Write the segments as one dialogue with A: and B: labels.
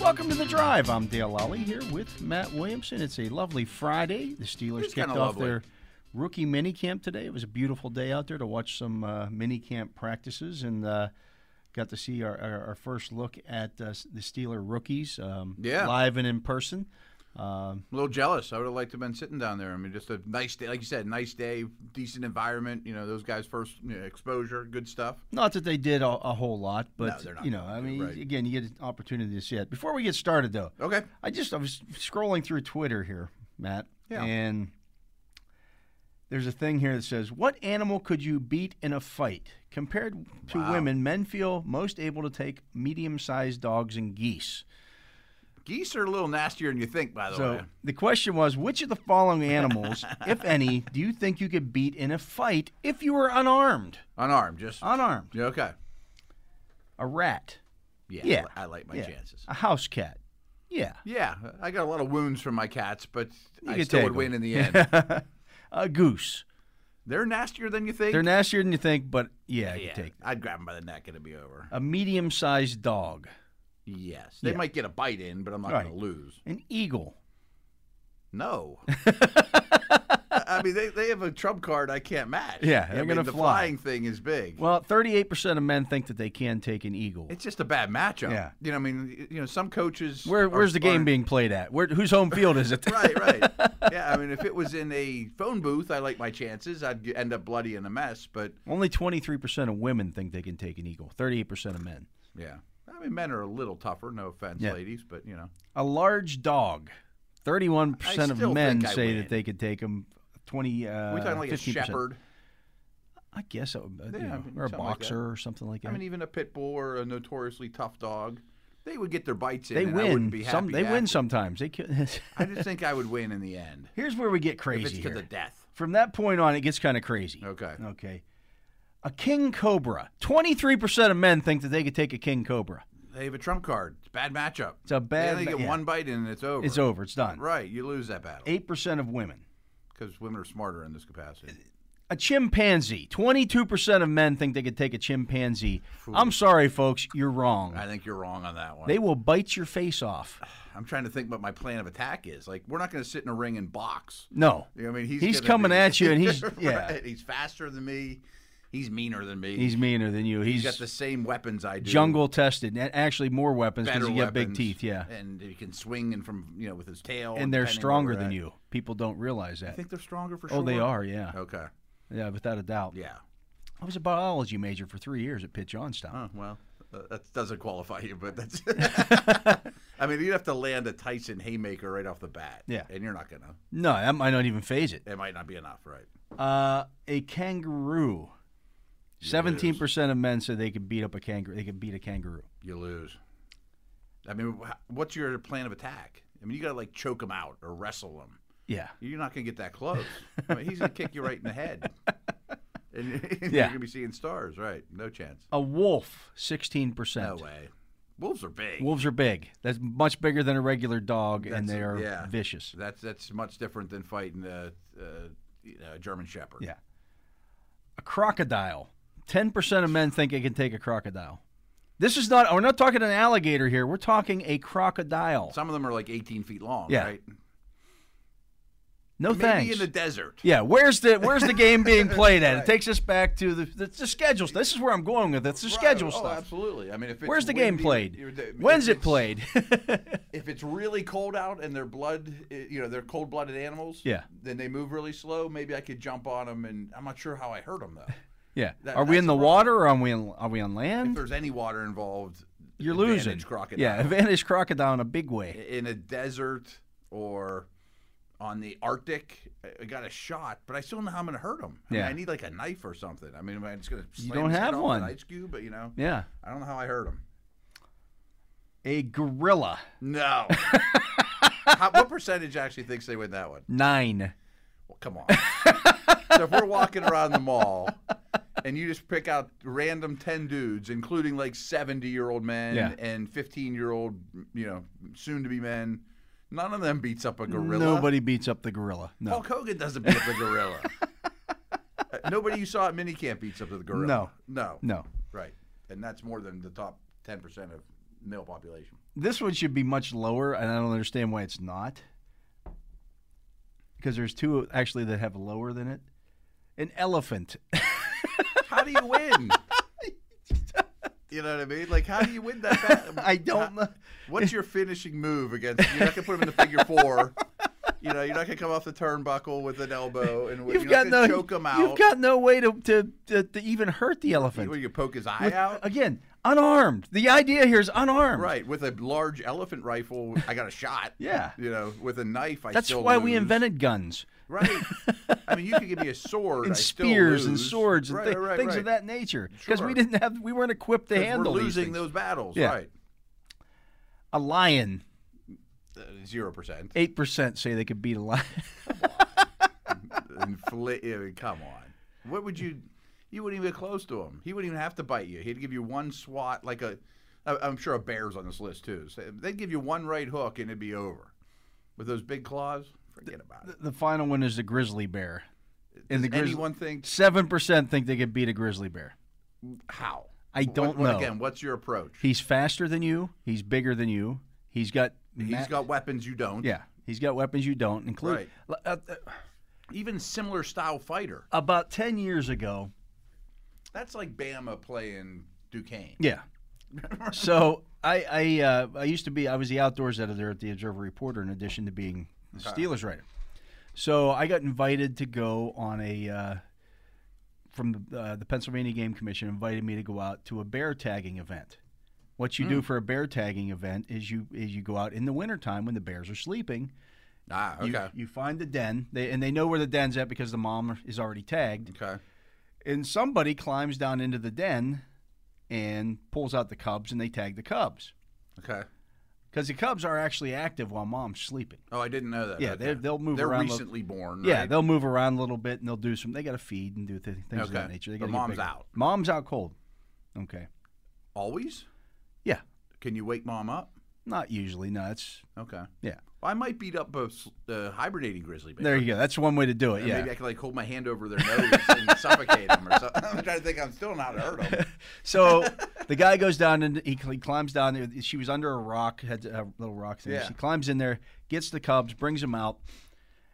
A: Welcome to the drive. I'm Dale Lally here with Matt Williamson. It's a lovely Friday. The Steelers
B: It's
A: kicked
B: kinda
A: off
B: lovely.
A: their rookie mini camp today. It was a beautiful day out there to watch some uh, mini camp practices and uh, got to see our, our, our first look at uh, s- the Steeler rookies um,
B: Yeah.
A: live and in person. Um,
B: I'm a little jealous. I would have liked to have been sitting down there. I mean, just a nice day, like you said, nice day, decent environment. You know, those guys' first you know, exposure, good stuff.
A: Not that they did a, a whole lot, but
B: they're not
A: you know,
B: gonna
A: I
B: do,
A: mean,
B: right.
A: again, you get an opportunity to see it. Before we get started, though,
B: Okay.
A: I just I was scrolling through Twitter here, Matt,
B: Yeah.
A: and there's a thing here that says, "What animal could you beat in a fight?" Compared to
B: Wow.
A: women, men feel most able to take medium-sized dogs and geese.
B: Geese are a little nastier than you think, by the
A: So
B: way.
A: the question was, which of the following animals, if any, do you think you could beat in a fight if you were unarmed?
B: Unarmed, just.
A: Unarmed,
B: Yeah, okay.
A: a rat,
B: Yeah.
A: Yeah.
B: I like my
A: Yeah.
B: chances.
A: a house cat. Yeah,
B: Yeah. I got a lot of wounds from my cats, but
A: You
B: I
A: could
B: still
A: take
B: would win
A: them.
B: in the end.
A: a goose.
B: They're nastier than you think.
A: They're nastier than you think, but yeah, I
B: yeah,
A: could take
B: I'd grab them by the neck and it'd be over.
A: a medium-sized dog,
B: Yes. They
A: Yeah.
B: might get a bite in, but I'm not
A: Right.
B: going to lose.
A: an eagle.
B: No. I mean, they, they have a trump card I can't match.
A: Yeah,
B: I
A: they're
B: mean,
A: gonna
B: the
A: fly.
B: flying thing is big.
A: Well, 38% of men think that they can take an eagle.
B: it's just a bad matchup.
A: Yeah.
B: You know, I mean, you know, some coaches.
A: Where,
B: are-
A: where's the game
B: are-
A: being played at? Where, whose home field is it?
B: Right, right. yeah, I mean, if it was in a phone booth, I like my chances. I'd g- end up bloody in a mess. But
A: Only 23% of women think they can take an eagle, 38% of men.
B: yeah, I mean, men are a little tougher. No offense,
A: Yeah.
B: ladies, but you know,
A: A large dog, 31%
B: I still
A: of men
B: think I
A: say
B: win.
A: that they could take them. 20, uh,
B: are we talking like
A: 15%.
B: a shepherd?
A: I guess, it would, uh,
B: Yeah,
A: you know,
B: I mean,
A: or a
B: something like that.
A: boxer or something like that.
B: I mean, even a pit bull or a notoriously tough dog, they would get their bites in.
A: they
B: and I wouldn't be
A: win.
B: happy
A: Some, they
B: to
A: win
B: act-
A: sometimes. They can,
B: I just think I would win in the end.
A: Here's where we get crazy.
B: If it's to
A: here.
B: the death.
A: From that point on, it gets kind of crazy.
B: Okay.
A: Okay. A king cobra. 23% of men think that they could take a king cobra.
B: They have a trump card. It's a bad matchup.
A: It's a
B: They
A: bad
B: only
A: ma-
B: get
A: yeah.
B: one bite and it's over.
A: It's over. It's done.
B: Right, you lose that battle
A: 8% of women.
B: because women are smarter in this capacity.
A: A chimpanzee. 22% of men think they could take a chimpanzee. I'm sorry, folks. You're wrong.
B: I think you're wrong on that one.
A: They will bite your face off.
B: I'm trying to think what my plan of attack is. Like, we're not going to sit in a ring and box.
A: No.
B: You know what I mean, he's
A: He's
B: gonna
A: coming
B: be-
A: at you and he's-
B: Right,
A: yeah.
B: he's faster than me. He's meaner than me.
A: He's meaner than you. He's,
B: he's got the same weapons I do.
A: jungle tested. And actually, more weapons
B: better
A: because you got big
B: weapons,
A: teeth. Yeah.
B: and he can swing and from you know with his tail.
A: And they're
B: depending where
A: stronger
B: we're
A: than
B: at.
A: you. People don't realize
B: I
A: that.
B: think they're stronger for sure.
A: Oh, they are. Yeah.
B: Okay.
A: Yeah, without a doubt.
B: Yeah.
A: I was a biology major for three years at Pitt Johnstown.
B: Oh, well, uh, that doesn't qualify you, but that's. I mean, you'd have to land a Tyson haymaker right off the bat.
A: Yeah.
B: And you're not going to.
A: No, that might not even phase it.
B: It might not be enough, right?
A: Uh, a kangaroo. Seventeen percent of men said they could beat up a kangaroo. They could beat a kangaroo.
B: You lose. I mean, wh- what's your plan of attack? I mean, you got to, like, choke him out or wrestle him.
A: Yeah,
B: You're not going to get that close. I mean, he's going to kick you right in the head. And you're
A: Yeah.
B: going to be seeing stars, right? No chance.
A: a wolf. Sixteen percent.
B: No way. Wolves are big.
A: Wolves are big. That's much bigger than a regular dog, and
B: That's-
A: they are
B: yeah.
A: vicious.
B: That's that's much different than fighting a, a you know, a German Shepherd.
A: Yeah. A crocodile. Ten percent of men think they can take a crocodile. This is not. We're not talking an alligator here. We're talking a crocodile.
B: Some of them are like 18 feet long,
A: Yeah.
B: right?
A: No
B: Maybe
A: thanks.
B: in the desert.
A: Yeah, where's the where's the game being played at?
B: Right.
A: It takes us back to the the, the schedules. This is where I'm going with it. It's the schedule
B: Right. Oh,
A: stuff.
B: absolutely. I mean, if it's
A: Where's the game
B: windy,
A: played?
B: you're- if
A: When's it
B: it's-
A: played?
B: If it's really cold out and their blood, i- you know, they're cold-blooded animals.
A: Yeah.
B: Then they move really slow. Maybe I could jump on them, and I'm not sure how I hurt them though.
A: yeah.
B: That-
A: are we
B: that's
A: in
B: the
A: the
B: problem.
A: water or are we on, are we on
B: If
A: land?
B: there's any water involved,
A: You're
B: advantage
A: losing.
B: Crocodile.
A: Yeah, advantage crocodile in a big way.
B: in a desert or on the Arctic, I- I got a shot, but I still don't know how I'm going to hurt them. I, mean,
A: Yeah.
B: I need like a knife or something. I mean, am I just going to?
A: don't have one.
B: Ice cube, but you know,
A: Yeah.
B: I don't know how I hurt them.
A: A gorilla.
B: No. How, what percentage actually thinks they win that one?
A: Nine.
B: Well, come on. so if we're walking around the mall and you just pick out random 10 dudes, including like 70 year old men
A: Yeah.
B: and 15 year old, you know, soon to be men, none of them beats up a gorilla.
A: Nobody beats up the gorilla. No.
B: Hulk Hogan doesn't beat up the gorilla. Uh, Nobody you saw at minicamp beats up the gorilla.
A: No.
B: No.
A: No.
B: Right. And that's more than the top 10% of male population.
A: This one should be much lower, and I don't understand why it's not. Because there's two actually that have lower than it. An elephant.
B: How do you win? you know what I mean? Like, how do you win that battle?
A: I don't know.
B: What's your finishing move against? You're not gonna put him in the figure four. You know, you're not gonna come off the turnbuckle with an elbow, and
A: You've
B: you're
A: got
B: not gonna
A: no.
B: choke him out.
A: You've got no way to to, to, to even hurt the elephant.
B: What, you poke his eye
A: With-
B: out.
A: Again, unarmed. The idea here is unarmed.
B: Right, with a large elephant rifle, I got a shot.
A: Yeah.
B: you know, with a knife, I
A: That's
B: still
A: why we
B: lose.
A: invented guns
B: Right, I mean, you could give me a sword
A: and
B: I still
A: spears and
B: lose.
A: swords and
B: Right,
A: thi-
B: right, right,
A: things
B: right.
A: of that nature. Because
B: Sure.
A: we didn't have, we weren't equipped to
B: 'Cause
A: handle
B: We're
A: these
B: losing
A: things.
B: those battles.
A: Yeah.
B: Right,
A: A lion.
B: zero percent.
A: Eight percent say they could beat a lion.
B: Infl- I mean, come on. What would you? You wouldn't even get close to him. He wouldn't even have to bite you. He'd give you one swat, like a. I- I'm sure a bear's on this list too. So they'd give you one right hook and it'd be over. With those big claws, forget about it.
A: the final one is the grizzly bear. And the
B: Does
A: grizzly
B: anyone think
A: seven percent think they could beat a grizzly bear.
B: how?
A: I don't
B: what, what-
A: know.
B: Again, what's your approach?
A: He's faster than you. He's bigger than you. He's got. ma-
B: He's got weapons you don't.
A: Yeah, he's got weapons you don't, including.
B: Even similar style fighter.
A: uh, about ten years ago,
B: That's like Bama playing Duquesne.
A: Yeah. so I I uh, I used to be I was the outdoors editor at the Observer Reporter in addition to being the Steelers writer. So I got invited to go on a uh, from the, uh, the Pennsylvania Game Commission invited me to go out to a bear tagging event. What you do for a bear tagging event is you is you go out in the wintertime when the bears are sleeping.
B: Ah, okay.
A: You, you find the den, they, and they know where the den's at because the mom is already tagged
B: okay.
A: and somebody climbs down into the den and pulls out the cubs and they tag the cubs
B: Okay.
A: because the cubs are actually active while mom's sleeping
B: Oh, I didn't know that.
A: Yeah,
B: okay.
A: they're- they'll move
B: They're
A: around a little-
B: recently born.
A: yeah
B: right?
A: they'll move around a little bit and they'll do some they gotta feed and do th- things of that
B: Okay.
A: nature they
B: But
A: gotta get
B: mom's
A: bigger.
B: out.
A: mom's out cold okay
B: always.
A: yeah
B: Can you wake mom up?
A: not usually no it's
B: Okay.
A: yeah
B: Well, I might beat up a s- uh, hibernating grizzly bear.
A: there you go that's one way to do it
B: And
A: yeah
B: Maybe I can like hold my hand over their nose and suffocate them or something. I'm trying to think. I'm still not hurt them.
A: So the guy goes down and he, he climbs down. there. She was under a rock, had a little rock thing.
B: Yeah.
A: She climbs in there, gets the cubs, brings them out,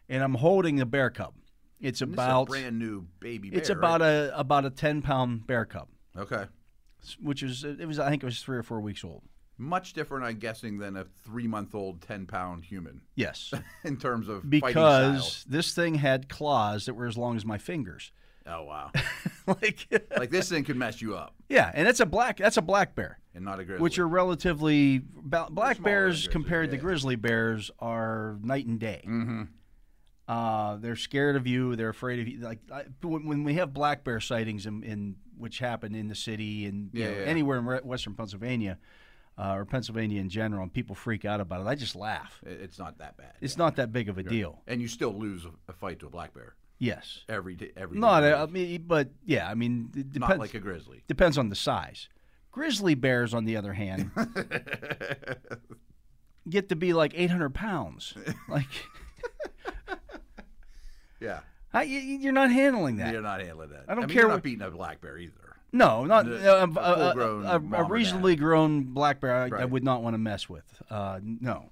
A: and I'm holding the bear cub. It's
B: This
A: about
B: is a brand new baby bear.
A: it's about a about a ten pound bear cub,
B: a okay.
A: which is it was I think it was three or four weeks old.
B: Much different, I'm guessing, than a three-month-old, ten-pound human
A: Yes,
B: in terms of
A: because this thing had claws that were as long as my fingers.
B: fighting style. Oh wow!
A: like
B: like this thing could mess you up
A: yeah, and that's a black that's a black bear.
B: and not a grizzly.
A: Which are relatively ba- black
B: smaller than
A: bears
B: grizzly,
A: compared
B: yeah. Mm-hmm.
A: to grizzly bears are night and day. Uh, they're scared of you. They're afraid of you. Like I, when, when we have black bear sightings in, in which happen in the city and you
B: Yeah,
A: know,
B: yeah.
A: anywhere in re- western Pennsylvania uh, or Pennsylvania in general, and people freak out about it. I just laugh.
B: It- it's not that bad.
A: It's not that big of a deal.
B: and you still lose a- a fight to a black bear
A: Yes,
B: every day. Every
A: not.
B: day.
A: I mean, but yeah, I mean, it depends.
B: not like a grizzly.
A: depends on the size. Grizzly bears, on the other hand, get to be like 800 pounds. Like,
B: Yeah.
A: I, y- y- you're not handling that.
B: You're not handling that.
A: I don't
B: mean,
A: care
B: You're not
A: what-
B: beating a black bear either.
A: No, not
B: The-
A: uh,
B: the
A: a, a-
B: full-grown
A: a- a
B: mom or dad.
A: reasonably grown black bear. I, I
B: Right.
A: would not want to mess with. Uh, no.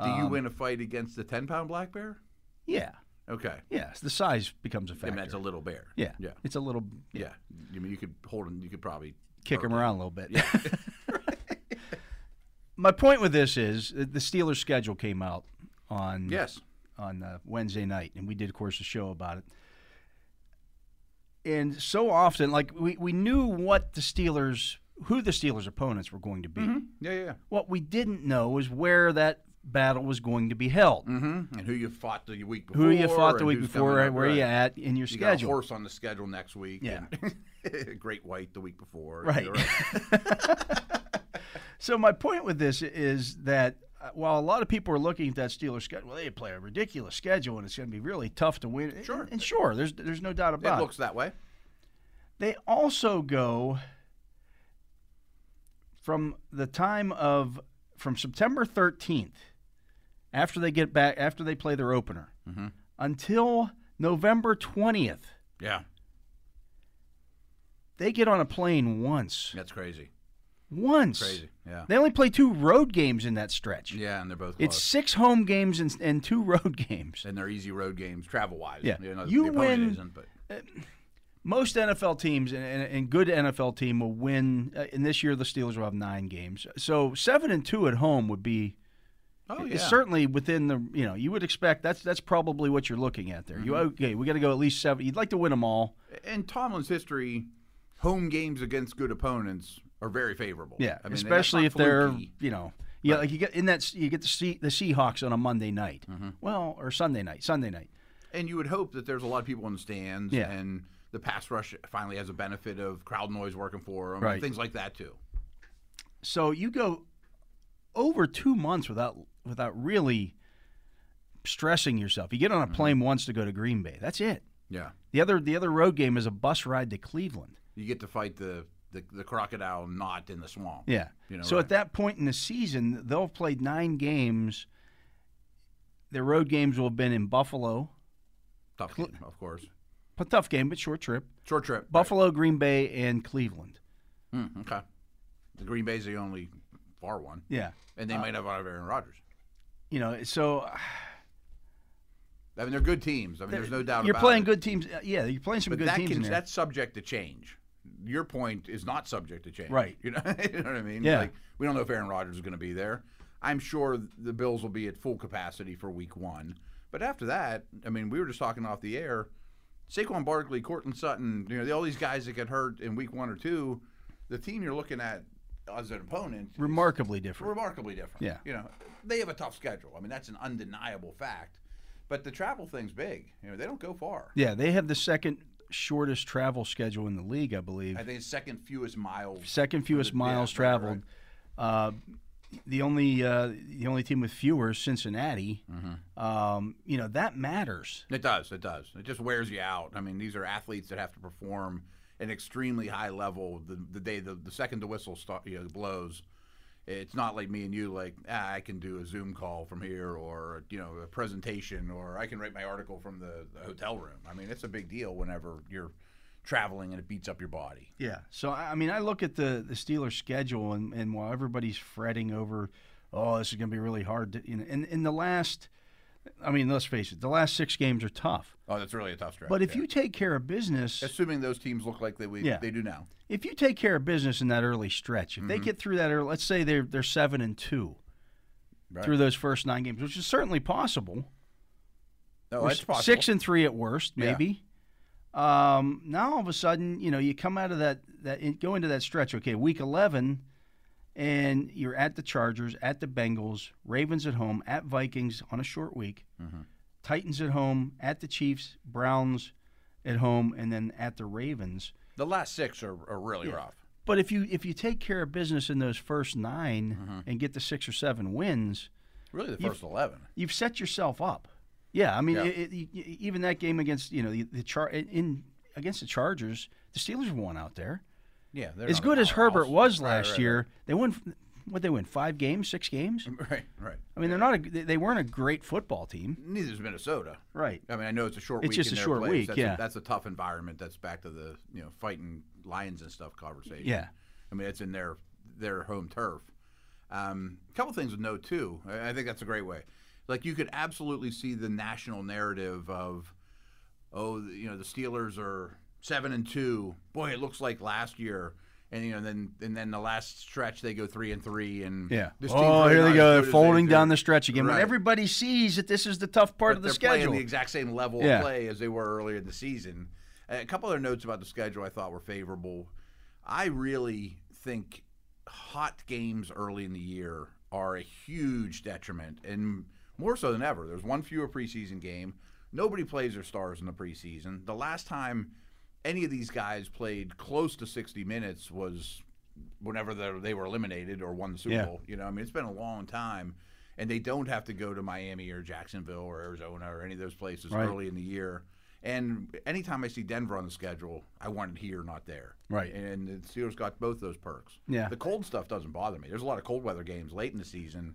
B: Do you
A: Um,
B: win a fight against a ten pound black bear?
A: Yeah.
B: Okay,
A: Yes. The size becomes a
B: and
A: factor.
B: that's a little bear.
A: yeah.
B: yeah,
A: It's a little
B: yeah. I mean, you could hold him. You could probably
A: kick
B: hurt
A: him around a little bit. My point with this is uh, the Steelers' schedule came out on
B: Yes,
A: on uh, Wednesday night, and we did, of course, a show about it. And so often, like we, we knew what the Steelers, who the Steelers' opponents were going to be.
B: yeah, yeah.
A: What we didn't know was where that battle was going to be held,
B: Mm-hmm. And who you fought the week before?
A: who you fought the
B: and
A: week
B: who's
A: before,
B: coming up,
A: where
B: right.
A: you at in your
B: You got a
A: schedule.
B: horse on the schedule next week.
A: Yeah.
B: and Great White the week before.
A: Right.
B: You're
A: So my point with this is that uh, while a lot of people are looking at that Steelers schedule, well, they play a ridiculous schedule and it's going to be really tough to win.
B: Sure.
A: and, and sure, there's there's no doubt about
B: It
A: it.
B: looks that way.
A: They also go from the time of from September 13th after they get back after they play their opener
B: Mm-hmm.
A: until November 20th.
B: Yeah,
A: They get on a plane once.
B: that's crazy.
A: Once.
B: Crazy. Yeah.
A: They only play two road games in that stretch.
B: Yeah, and they're both close.
A: It's six home games and, and two road games.
B: and they're easy road games, travel wise.
A: Yeah.
B: you, know,
A: You
B: the opponent
A: win-
B: Isn't, but
A: Most NFL teams and, and, and good NFL team will win. Uh, and this year, the Steelers will have nine games. So seven and two at home would be
B: oh yeah,
A: It's certainly within the you know you would expect that's that's probably what you're looking at there. You
B: Mm-hmm.
A: okay? We got to go at least seven. You'd like to win them all.
B: in Tomlin's history, home games against good opponents are very favorable.
A: Yeah,
B: I mean, that's
A: especially
B: not
A: if they're
B: fluky.
A: you know yeah like you get in that you get to see the Seahawks on a Monday night,
B: Mm-hmm.
A: well or Sunday night, Sunday night.
B: And you would hope that there's a lot of people in the stands,
A: Yeah.
B: and the pass rush finally has a benefit of crowd noise working for them,
A: Right.
B: things like that too.
A: So you go over two months without without really stressing yourself. You get
B: Mm-hmm.
A: on a plane once to go to Green Bay. That's it.
B: Yeah,
A: The other the other road game is a bus ride to Cleveland.
B: you get to fight the the, the crocodile knot in the swamp.
A: Yeah.
B: You know,
A: so
B: right.
A: at that point in the season, they'll have played nine games. Their road games will have been in Buffalo.
B: tough game, of course.
A: A tough game, but short trip.
B: Short trip. right.
A: Buffalo, Green Bay, and Cleveland.
B: Mm, okay. The Green Bay's the only far one,
A: Yeah.
B: and they might have out of Aaron Rodgers.
A: You know, so
B: I mean, they're good teams. I mean, there's no doubt.
A: you're
B: about
A: playing
B: it.
A: good teams. Yeah, you're playing some
B: But
A: good
B: that
A: teams.
B: can,
A: in there.
B: that's subject to change. Your point is not subject to change,
A: Right.
B: You know, you know what I mean?
A: Yeah.
B: Like, we don't know if Aaron Rodgers is going to be there. I'm sure the Bills will be at full capacity for Week One, but after that, I mean, we were just talking off the air. Saquon Barkley, Cortland Sutton, you know, all these guys that get hurt in Week One or Two, the team you're looking at as an opponent is
A: Remarkably different.
B: remarkably different.
A: Yeah.
B: You know, they have a tough schedule. I mean, that's an undeniable fact. But the travel thing's big. You know, they don't go far.
A: Yeah, they have the second shortest travel schedule in the league, I believe.
B: I think it's second fewest miles.
A: second fewest
B: Yeah,
A: miles
B: right,
A: traveled. Uh, the only uh, the only team with fewer is Cincinnati.
B: Mm-hmm.
A: Um, you know that matters.
B: It does. It does. It just wears you out. I mean, these are athletes that have to perform an extremely high level the, the day the, the second the whistle start, you know, blows. It's not like me and you, like ah, I can do a Zoom call from here, or you know, a presentation, or I can write my article from the, the hotel room. I mean, it's a big deal whenever you're traveling and it beats up your body.
A: Yeah. So I I mean, I look at the the Steelers' schedule, and, and while everybody's fretting over, oh, this is going to be really hard. To, you know, in in the last, I mean, let's face it, the last six games are tough.
B: Oh, that's really a tough stretch.
A: But if
B: yeah.
A: you take care of business,
B: assuming those teams look like they we,
A: Yeah.
B: they do now,
A: if you take care of business in that early stretch, if they
B: Mm-hmm.
A: get through that, early, let's say they're they're seven and two
B: Right.
A: through those first nine games, which is certainly possible.
B: oh,
A: Or
B: that's
A: s-
B: possible.
A: Six and three at worst,
B: Yeah.
A: maybe. Um, now all of a sudden, you know, you come out of that that in- go into that stretch. Okay, week eleven, and you're at the Chargers, at the Bengals, Ravens at home, at Vikings on a short week,
B: Mm-hmm.
A: Titans at home, at the Chiefs, Browns at home, and then at the Ravens.
B: The last six are, are really rough.
A: But if you if you take care of business in those first 9
B: Mm-hmm.
A: and get the six or seven wins,
B: Really, the 1st eleven.
A: you've set yourself up. Yeah, I mean,
B: Yeah.
A: It, it, e- e- even that game against you know the, the char in- in against the Chargers, the Steelers won out there.
B: Yeah, they're
A: As
B: not a
A: good as
B: powerhouse.
A: Herbert was
B: Right,
A: last
B: right,
A: year, they won. What they win five games, six games.
B: right. right, right.
A: I mean, they're not. A, they they weren't a great football team,
B: Neither is Minnesota.
A: right?
B: I mean, I know it's a short.
A: It's
B: week
A: just a
B: in their
A: short
B: place.
A: week,
B: That's
A: yeah.
B: a, that's a tough environment. That's back to the you know fighting lions and stuff conversation.
A: Yeah.
B: I mean, it's in their their home turf. Um, a couple things to note too. I I think that's a great way. Like you could absolutely see the national narrative of, oh, the- you know, the Steelers are seven and two. Boy, it looks like last year. And you know, then and then the last stretch they go three and three, and
A: Yeah.
B: this team's
A: oh,
B: really
A: here
B: not
A: they
B: as
A: go,
B: good as
A: folding
B: do.
A: down the stretch again. When
B: Right.
A: everybody sees that this is the tough part
B: But
A: of the
B: they're
A: schedule.
B: playing the exact same level
A: Yeah.
B: of play as they were earlier in the season. A couple other notes about the schedule I thought were favorable. I really think hot games early in the year are a huge detriment, and more so than ever. There's one fewer preseason game. Nobody plays their stars in the preseason. The last time any of these guys played close to 60 minutes was whenever they they were eliminated or won the Super
A: Yeah.
B: Bowl. You know, I mean, it's been a long time, and they don't have to go to Miami or Jacksonville or Arizona or any of those places
A: Right.
B: early in the year. And anytime I see Denver on the schedule, I want it here, not there.
A: Right.
B: And the Steelers got both those perks.
A: Yeah.
B: The cold stuff doesn't bother me. There's a lot of cold weather games late in the season.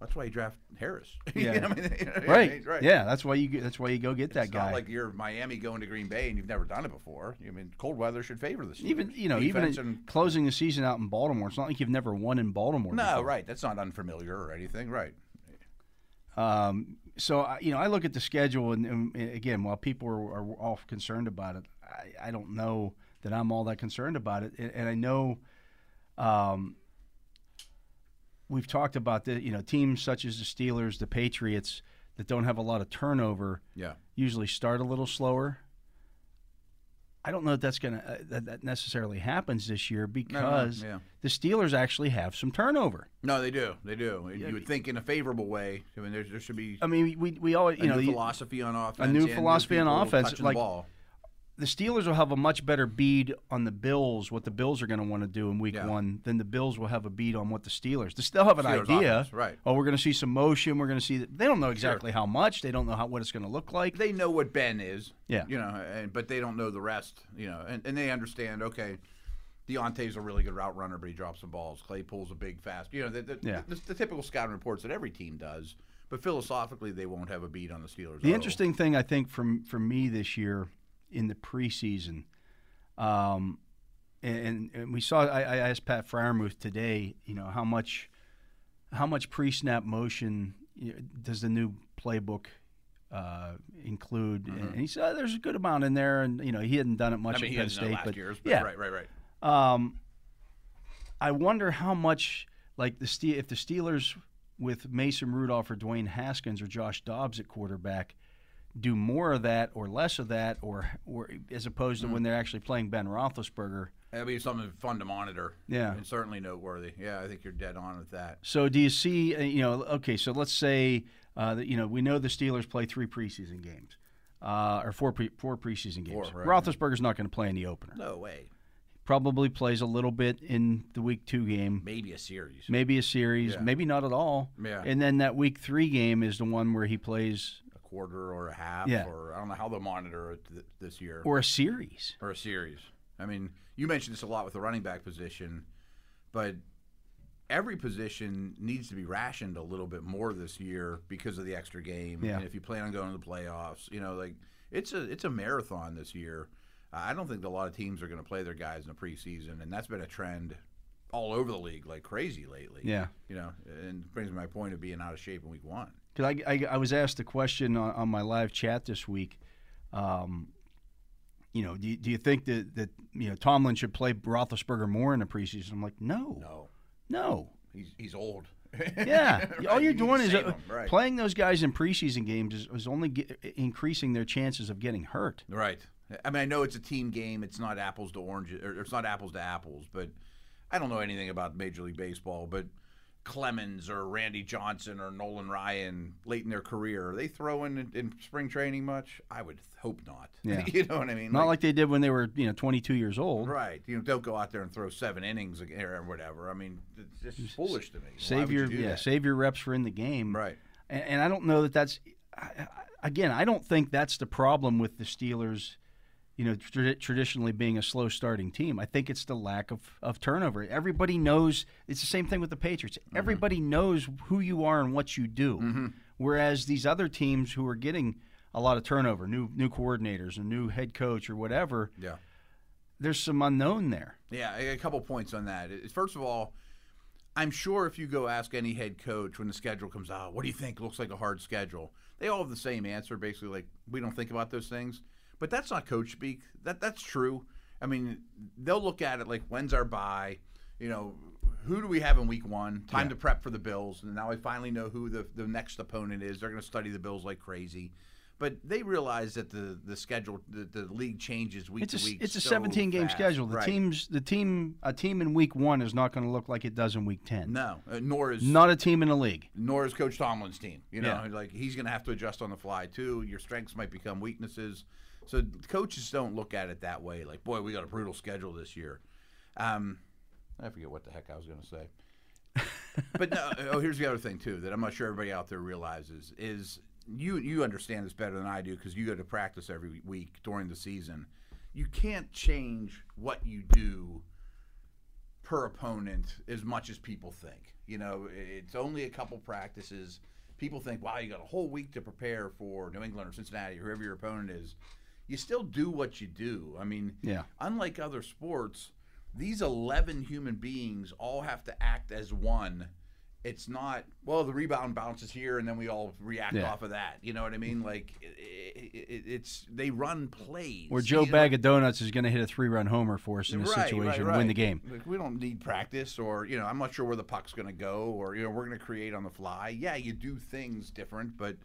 B: That's why you draft Harris. You
A: Yeah.
B: know what I mean? You know what I mean?
A: Right. Yeah, that's why you get- that's why you go get that
B: It's
A: guy.
B: not like you're Miami going to Green Bay and you've never done it before. I mean, cold weather should favor the Steelers.
A: even you know even
B: Defense
A: in-
B: and-
A: closing the season out in Baltimore, it's not like you've never won in Baltimore.
B: no,
A: before.
B: right. That's not unfamiliar or anything, right?
A: Um, so I- you know, I look at the schedule, and, and again, while people are, are all concerned about it, I, I don't know that I'm all that concerned about it. And, and I know, um, we've talked about the you know teams such as the Steelers, the Patriots that don't have a lot of turnover
B: Yeah,
A: usually start a little slower. I don't know if that's gonna uh, that, that necessarily happens this year because
B: yeah.
A: the Steelers actually have some turnover.
B: no, they do, they do. And you would think in a favorable way. I mean, there, there should be
A: I mean, we we always
B: a
A: you know
B: new
A: you-
B: philosophy on offense,
A: new
B: and
A: philosophy on
B: people
A: offense,
B: touching
A: like-
B: the ball.
A: the Steelers will have a much better bead on the Bills, what the Bills are going to want to do in Week
B: Yeah.
A: One, than the Bills will have a bead on what the Steelers. They still have an
B: Steelers
A: idea,
B: offense, right.
A: Oh, we're going to see some motion. We're going to see. That. They don't know exactly how much. They don't know how what it's going to look like.
B: they know what Ben is.
A: Yeah.
B: You know, and, but they don't know the rest, you know, and, and they understand, okay, Deontay's a really good route runner, but he drops some balls. Claypool's a big, fast, you know, the, the,
A: Yeah.
B: the, the typical scouting reports that every team does. But philosophically, they won't have a beat on the Steelers. at
A: The
B: all.
A: interesting thing I think from for me this year in the preseason, um, and, and we saw. I, I asked Pat Fryermuth today. You know how much, how much pre-snap motion you know, does the new playbook uh, include? And he said "Oh, there's a good amount in there, and you know he hadn't done it much
B: Mm-hmm. I mean,
A: at
B: he
A: Penn
B: hasn't done
A: State,
B: it last
A: but
B: year's, but
A: yeah,
B: right, right, right.
A: um, I wonder how much like the Ste- if the Steelers with Mason Rudolph or Dwayne Haskins or Josh Dobbs at quarterback do more of that or less of that or or as opposed
B: Hmm.
A: to when they're actually playing Ben Roethlisberger.
B: That'll be something fun to monitor.
A: Yeah.
B: And certainly noteworthy. Yeah, I think you're dead on with that.
A: So do you see uh, you know okay so let's say uh, that you know we know the Steelers play three preseason games. Uh, or four pre- four preseason games.
B: Four, right,
A: Roethlisberger's not going to play in the opener.
B: No way.
A: Probably plays a little bit in the week two game.
B: Maybe a series.
A: maybe a series,
B: Yeah.
A: maybe not at all.
B: Yeah.
A: And then that week three game is the one where he plays
B: A quarter or a half,
A: Yeah.
B: or I don't know how they'll monitor it th- this year.
A: or a series.
B: or a series. I mean, you mentioned this a lot with the running back position, but every position needs to be rationed a little bit more this year because of the extra game.
A: Yeah.
B: And if you plan on going to the playoffs, you know, like it's a it's a marathon this year. I don't think a lot of teams are going to play their guys in the preseason, and that's been a trend all over the league like crazy lately.
A: Yeah.
B: You know, and brings me to my point of being out of shape in week one.
A: Because I, I, I was asked the question on, on my live chat this week. Um, you know, do you, do you think that, that you know Tomlin should play Roethlisberger more in the preseason? I'm like, no, no.
B: No, he's he's old.
A: Yeah,
B: Right,
A: all you're
B: you need to
A: doing is
B: save
A: uh,
B: him, right.
A: playing those guys in preseason games is, is only ge- increasing their chances of getting hurt.
B: Right. I mean, I know it's a team game. It's not apples to oranges, or it's not apples to apples. But I don't know anything about Major League Baseball. But Clemens or Randy Johnson or Nolan Ryan, late in their career, are they throwing in, in spring training much? I would hope not.
A: Yeah.
B: you know what I mean?
A: Not like they did when they were you know 22 years old.
B: right. You know, don't go out there and throw seven innings ag- or whatever. I mean, it's just foolish to me. Why
A: Save
B: would you
A: your
B: do
A: yeah,
B: that?
A: save your reps for in the game.
B: Right.
A: And, and I don't know that that's I, I, again. I don't think that's the problem with the Steelers. You know, tra- traditionally being a slow starting team, I think it's the lack of, of turnover. Everybody knows it's the same thing with the Patriots.
B: Mm-hmm.
A: Everybody knows who you are and what you do. Whereas these other teams who are getting a lot of turnover, new new coordinators, a new head coach, or whatever,
B: Yeah.
A: there's some unknown there.
B: Yeah, a a couple points on that. It- First of all, I'm sure if you go ask any head coach when the schedule comes out, what do you think looks like a hard schedule? They all have the same answer, basically like we don't think about those things. But that's not coach speak. That that's true. I mean, they'll look at it like when's our bye? You know, who do we have in week one? Time to prep for the Bills, and now I finally know who the the next opponent is. They're going to study the Bills like crazy. But they realize that the the schedule, the, the league changes week
A: It's
B: to
A: a
B: week.
A: it's a
B: so
A: 17 game
B: fast.
A: schedule. The
B: Right.
A: teams the team a team in week one is not going to look like it does in week 10.
B: No, uh, nor is
A: Not a team in the league.
B: nor is Coach Tomlin's team. You know,
A: Yeah.
B: like he's going to have to adjust on the fly too. Your strengths might become weaknesses. So coaches don't look at it that way. Like, boy, we got a brutal schedule this year. Um, I forget what the heck I was going to say. but no, oh, here's the other thing too that I'm not sure everybody out there realizes is you you understand this better than I do because you go to practice every week during the season. You can't change what you do per opponent as much as people think. You know, it's only a couple practices. People think, wow, you got a whole week to prepare for New England or Cincinnati or whoever your opponent is. You still do what you do. I mean,
A: Yeah.
B: unlike other sports, these 11 human beings all have to act as one. It's not, well, the rebound bounces here and then we all react
A: Yeah.
B: off of that. You know what I mean? Like, it, it, it's, they run plays.
A: Or Joe
B: You know,
A: Bag of Donuts is going to hit a three run homer for us in this
B: Right,
A: situation
B: right,
A: and win the
B: right.
A: game.
B: Like, we don't need practice, or you know, I'm not sure where the puck's going to go, or you know, we're going to create on the fly. Yeah, you do things different, but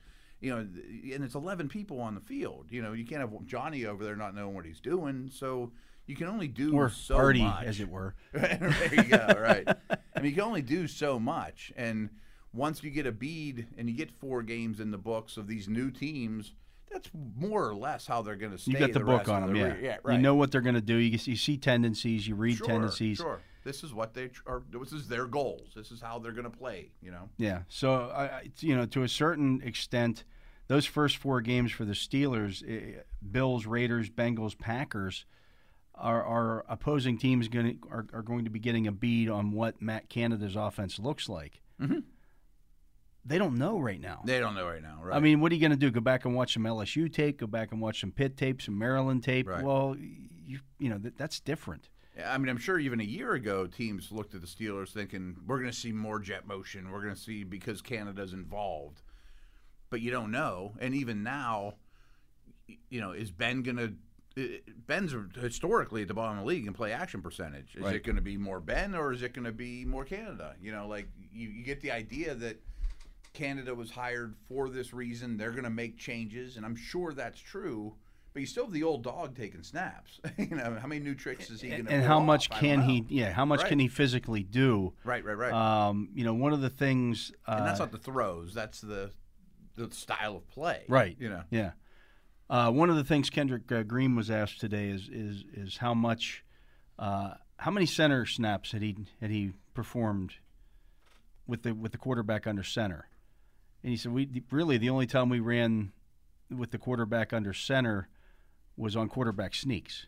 B: you know, th- and it's 11 people on the field. You know, you can't have Johnny over there not knowing what he's doing, so you can only do
A: Or
B: so
A: Artie,
B: much.
A: as it were.
B: there you go. Right. I mean, you can only do so much. And once you get a bead and you get four games in the books of these new teams, that's more or less how they're going to stay.
A: You got the, book
B: rest
A: on
B: of
A: them,
B: the
A: yeah.
B: re- yeah. Right.
A: You know what they're going to do. You, can see- you see tendencies, you read
B: sure,
A: tendencies.
B: Sure. This is what they tr- are. This is their goals. This is how they're going to play. You know.
A: Yeah. So I, I- it's, you know, to a certain extent, those first four games for the Steelers, eh, Bills, Raiders, Bengals, Packers, our, our opposing teams going to are, are going to be getting a bead on what Matt Canada's offense looks like.
B: Mm-hmm.
A: They don't know right now.
B: They don't know right now. Right.
A: I mean, what are you going to do? Go back and watch some LSU tape. Go back and watch some Pitt tape, some Maryland tape.
B: Right.
A: Well, you you know that, that's different.
B: I mean, I'm sure even a year ago, teams looked at the Steelers thinking we're going to see more jet motion. We're going to see because Canada's involved, but you don't know. And even now, y- you know, is Ben going to? Ben's historically at the bottom of the league in play action percentage. Is
A: Right.
B: it going to be more Ben or is it going to be more Canada? You know, like you, you get the idea that Canada was hired for this reason. They're going to make changes, and I'm sure that's true. But you still have the old dog taking snaps. you know, how many new tricks is he going
A: And,
B: to?
A: how much can he? Yeah, how much
B: Right.
A: can he physically do?
B: Right, right, right.
A: Um, you know, one of the things. Uh,
B: and that's not the throws. That's the the style of play.
A: Right.
B: You know.
A: Yeah. Uh, one of the things Kendrick uh, Green was asked today is is is how much, uh, how many center snaps had he had he performed with the with the quarterback under center, and he said we really the only time we ran with the quarterback under center was on quarterback sneaks.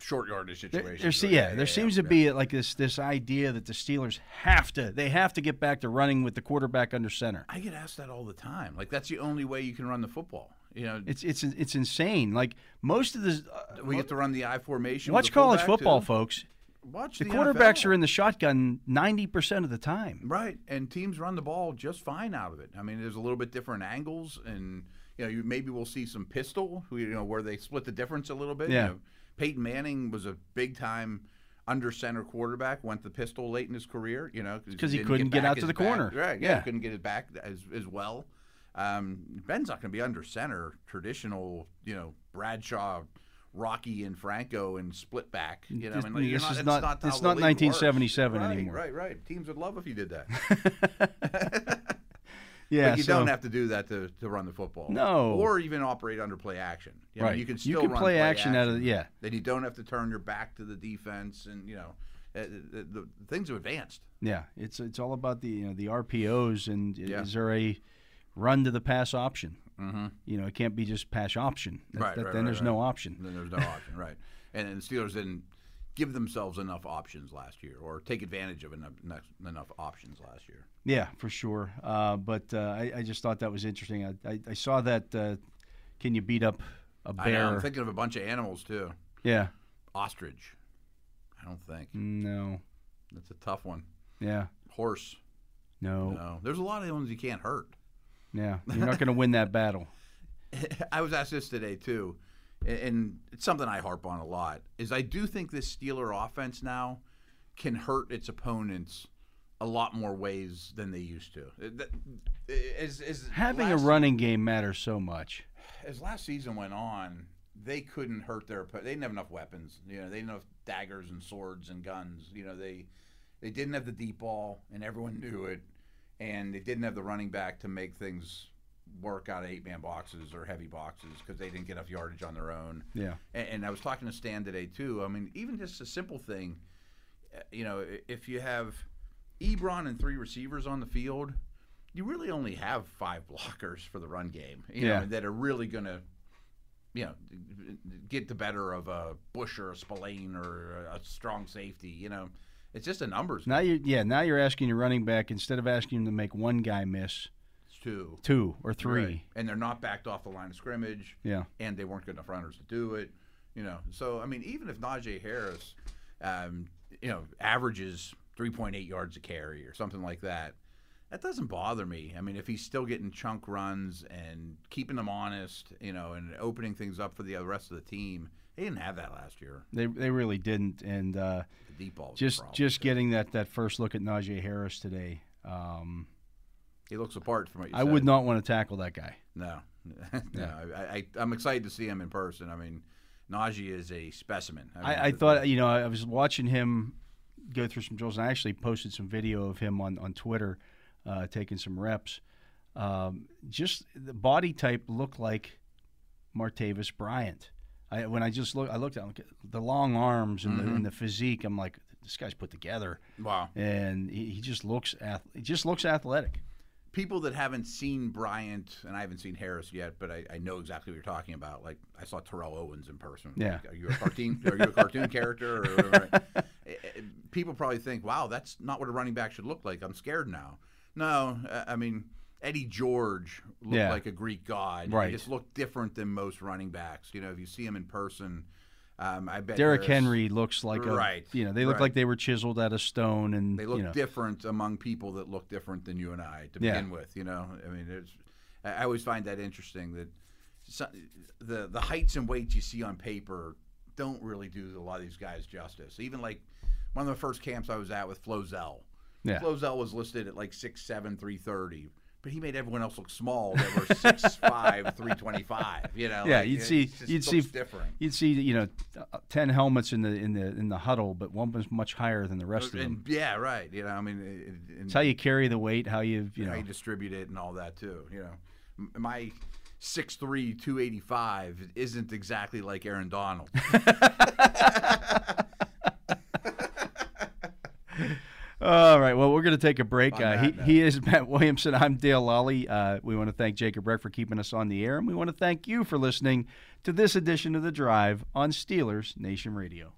B: Short yardage
A: There,
B: situation.
A: there's, yeah, there seems to be uh, like this this idea that the Steelers have to they have to get back to running with the quarterback under center.
B: I get asked that all the time. Like that's the only way you can run the football. You know,
A: It's it's it's insane. Like most of the uh,
B: we get to run the I formation. with
A: Watch
B: the
A: college
B: fullback,
A: football,
B: too.
A: folks.
B: Watch
A: The
B: the,
A: quarterbacks
B: NFL.
A: are in the shotgun 90% of the time.
B: Right, and teams run the ball just fine out of it. I mean, there's a little bit different angles, and you know, you maybe we'll see some pistol, who, you know, where they split the difference a little bit. You
A: Yeah.
B: know, Peyton Manning was a big time under center quarterback. Went the pistol late in his career, you know,
A: 'Cause he
B: didn't
A: couldn't get
B: back
A: out to
B: his
A: the
B: back-
A: corner.
B: Right, yeah,
A: Yeah.
B: he couldn't get it back as as well. Um, Ben's not going to be under center traditional, you know, Bradshaw. Rocky and Franco and split back, you know.
A: This-
B: and like, you're
A: this
B: not-
A: is
B: that's
A: not-
B: not how
A: it's
B: the
A: not
B: league works.
A: 1977
B: Right,
A: anymore.
B: Right, right. Teams would love if you did that.
A: Yeah,
B: But you
A: so-
B: don't have to do that to, to run the football.
A: No.
B: Or even operate under play action. You know,
A: Right.
B: You can
A: You
B: still
A: can
B: run
A: play action out of the- yeah.
B: Then you don't have to turn your back to the defense, and you know, uh, the, the, the things have advanced.
A: yeah, it's it's all about the you know, the RPOs and i-
B: Yeah.
A: is there a run to the pass option? Mm-hmm. You know, it can't be just pass option. That-
B: Right,
A: that-
B: right,
A: then
B: right,
A: there's
B: right.
A: no
B: And
A: option.
B: then there's no option, right? And, and the Steelers didn't give themselves enough options last year, or take advantage of enough enough, enough options last year.
A: Yeah, for sure. Uh, but uh, I, I just thought that was interesting. I, I, I saw that. Uh, can you beat up a
B: I know,
A: bear?
B: I'm thinking of a bunch of animals too.
A: yeah.
B: Ostrich. I don't think
A: Hmm. No.
B: that's a tough one.
A: Yeah.
B: Horse.
A: No.
B: No, there's a lot of ones you can't hurt.
A: Yeah. You're not going to win that battle.
B: I was asked this today too, a- and it's something I harp on a lot. Is I do think this Steeler offense now can hurt its opponents a lot more ways than they used to. Uh, that- uh, As, as
A: Having a
B: last-
A: running game matters so much.
B: as last season went on, they couldn't hurt their. oppo- They didn't have enough weapons. You know, they didn't have daggers and swords and guns. You know, they they didn't have the deep ball, and everyone knew it. And they didn't have the running back to make things work out of eight man boxes or heavy boxes because they didn't get enough yardage on their own.
A: Yeah.
B: And, and I was talking to Stan today too. I mean, even just a simple thing. uh, you know, i- if you have Ebron and three receivers on the field, you really only have five blockers for the run game. You
A: Yeah.
B: know, that are really going to, you know, get the better of a Bush or a Spillane or a strong safety. You know, it's just a numbers. game.
A: Now you yeah, now you're asking your running back instead of asking him to make one guy miss,
B: It's two,
A: two or three.
B: Right. and they're not backed off the line of scrimmage.
A: Yeah.
B: and they weren't good enough runners to do it. You know, so I mean, even if Najee Harris, um, you know, averages 3.8 yards a carry or something like that, that doesn't bother me. I mean, if he's still getting chunk runs and keeping them honest, you know, and opening things up for the rest of the team, they didn't have that last year.
A: They they really didn't and uh
B: The deep ball, was the
A: just
B: problem.
A: just getting that that first look at Najee Harris today. Um
B: he looks apart from what you
A: I
B: said.
A: would not want to tackle that guy.
B: No, no, I, I, I'm excited to see him in person. I mean, Najee is a specimen. mean,
A: I, I thought, you know, I was watching him go through some drills, and I actually posted some video of him on on Twitter uh, taking some reps. Um, just the body type looked like Martavis Bryant. I, when I just look, I looked at him, the long arms and,
B: Mm-hmm.
A: the, and the physique. I'm like, this guy's put together,
B: wow.
A: and he, he just looks ath- he just looks athletic.
B: people that haven't seen Bryant and I haven't seen Harris yet, but I, I know exactly what you're talking about. Like I saw Terrell Owens in person.
A: Yeah.
B: Like, are you a cartoon? are you a cartoon character? Or, or- eh, eh, people probably think, "Wow, that's not what a running back should look like." I'm scared now. No, uh, I mean Eddie George looked
A: Yeah.
B: like a Greek god.
A: Right.
B: He just looked different than most running backs. You know, if you see him in person, um, I bet
A: Derrick
B: Harris-
A: Henry looks like a,
B: Right,
A: you know, they look
B: right.
A: like they were chiseled out of stone, and
B: They look
A: you know,
B: different among people that look different than you and I to
A: Yeah.
B: begin with. You know, I mean, it's, I I always find that interesting that so, the the heights and weights you see on paper don't really do a lot of these guys justice. Even like one of the first camps I was at with Flozell.
A: Yeah.
B: Flozell was listed at like 6'7", 330, but he made everyone else look small. They were 6'5", 325, you know.
A: Yeah,
B: like,
A: you'd
B: it
A: see
B: just
A: you'd
B: looks
A: see
B: different.
A: You'd see you know t- uh, ten helmets in the in the in the huddle, but one was much higher than the rest of them.
B: And, yeah, right. You know, I mean, it- it- and-
A: It's how you carry the weight, how you you
B: how
A: know.
B: you distribute it and all that too. You know, M- my 6'3", 285 isn't exactly like Aaron Donald.
A: All right, well we're going to take a break.
B: On
A: Uh, he,
B: that note.
A: he is Matt Williamson. I'm Dale Lally. Uh, we want to thank Jacob Reck for keeping us on the air, and we want to thank you for listening to this edition of the Drive on Steelers Nation Radio.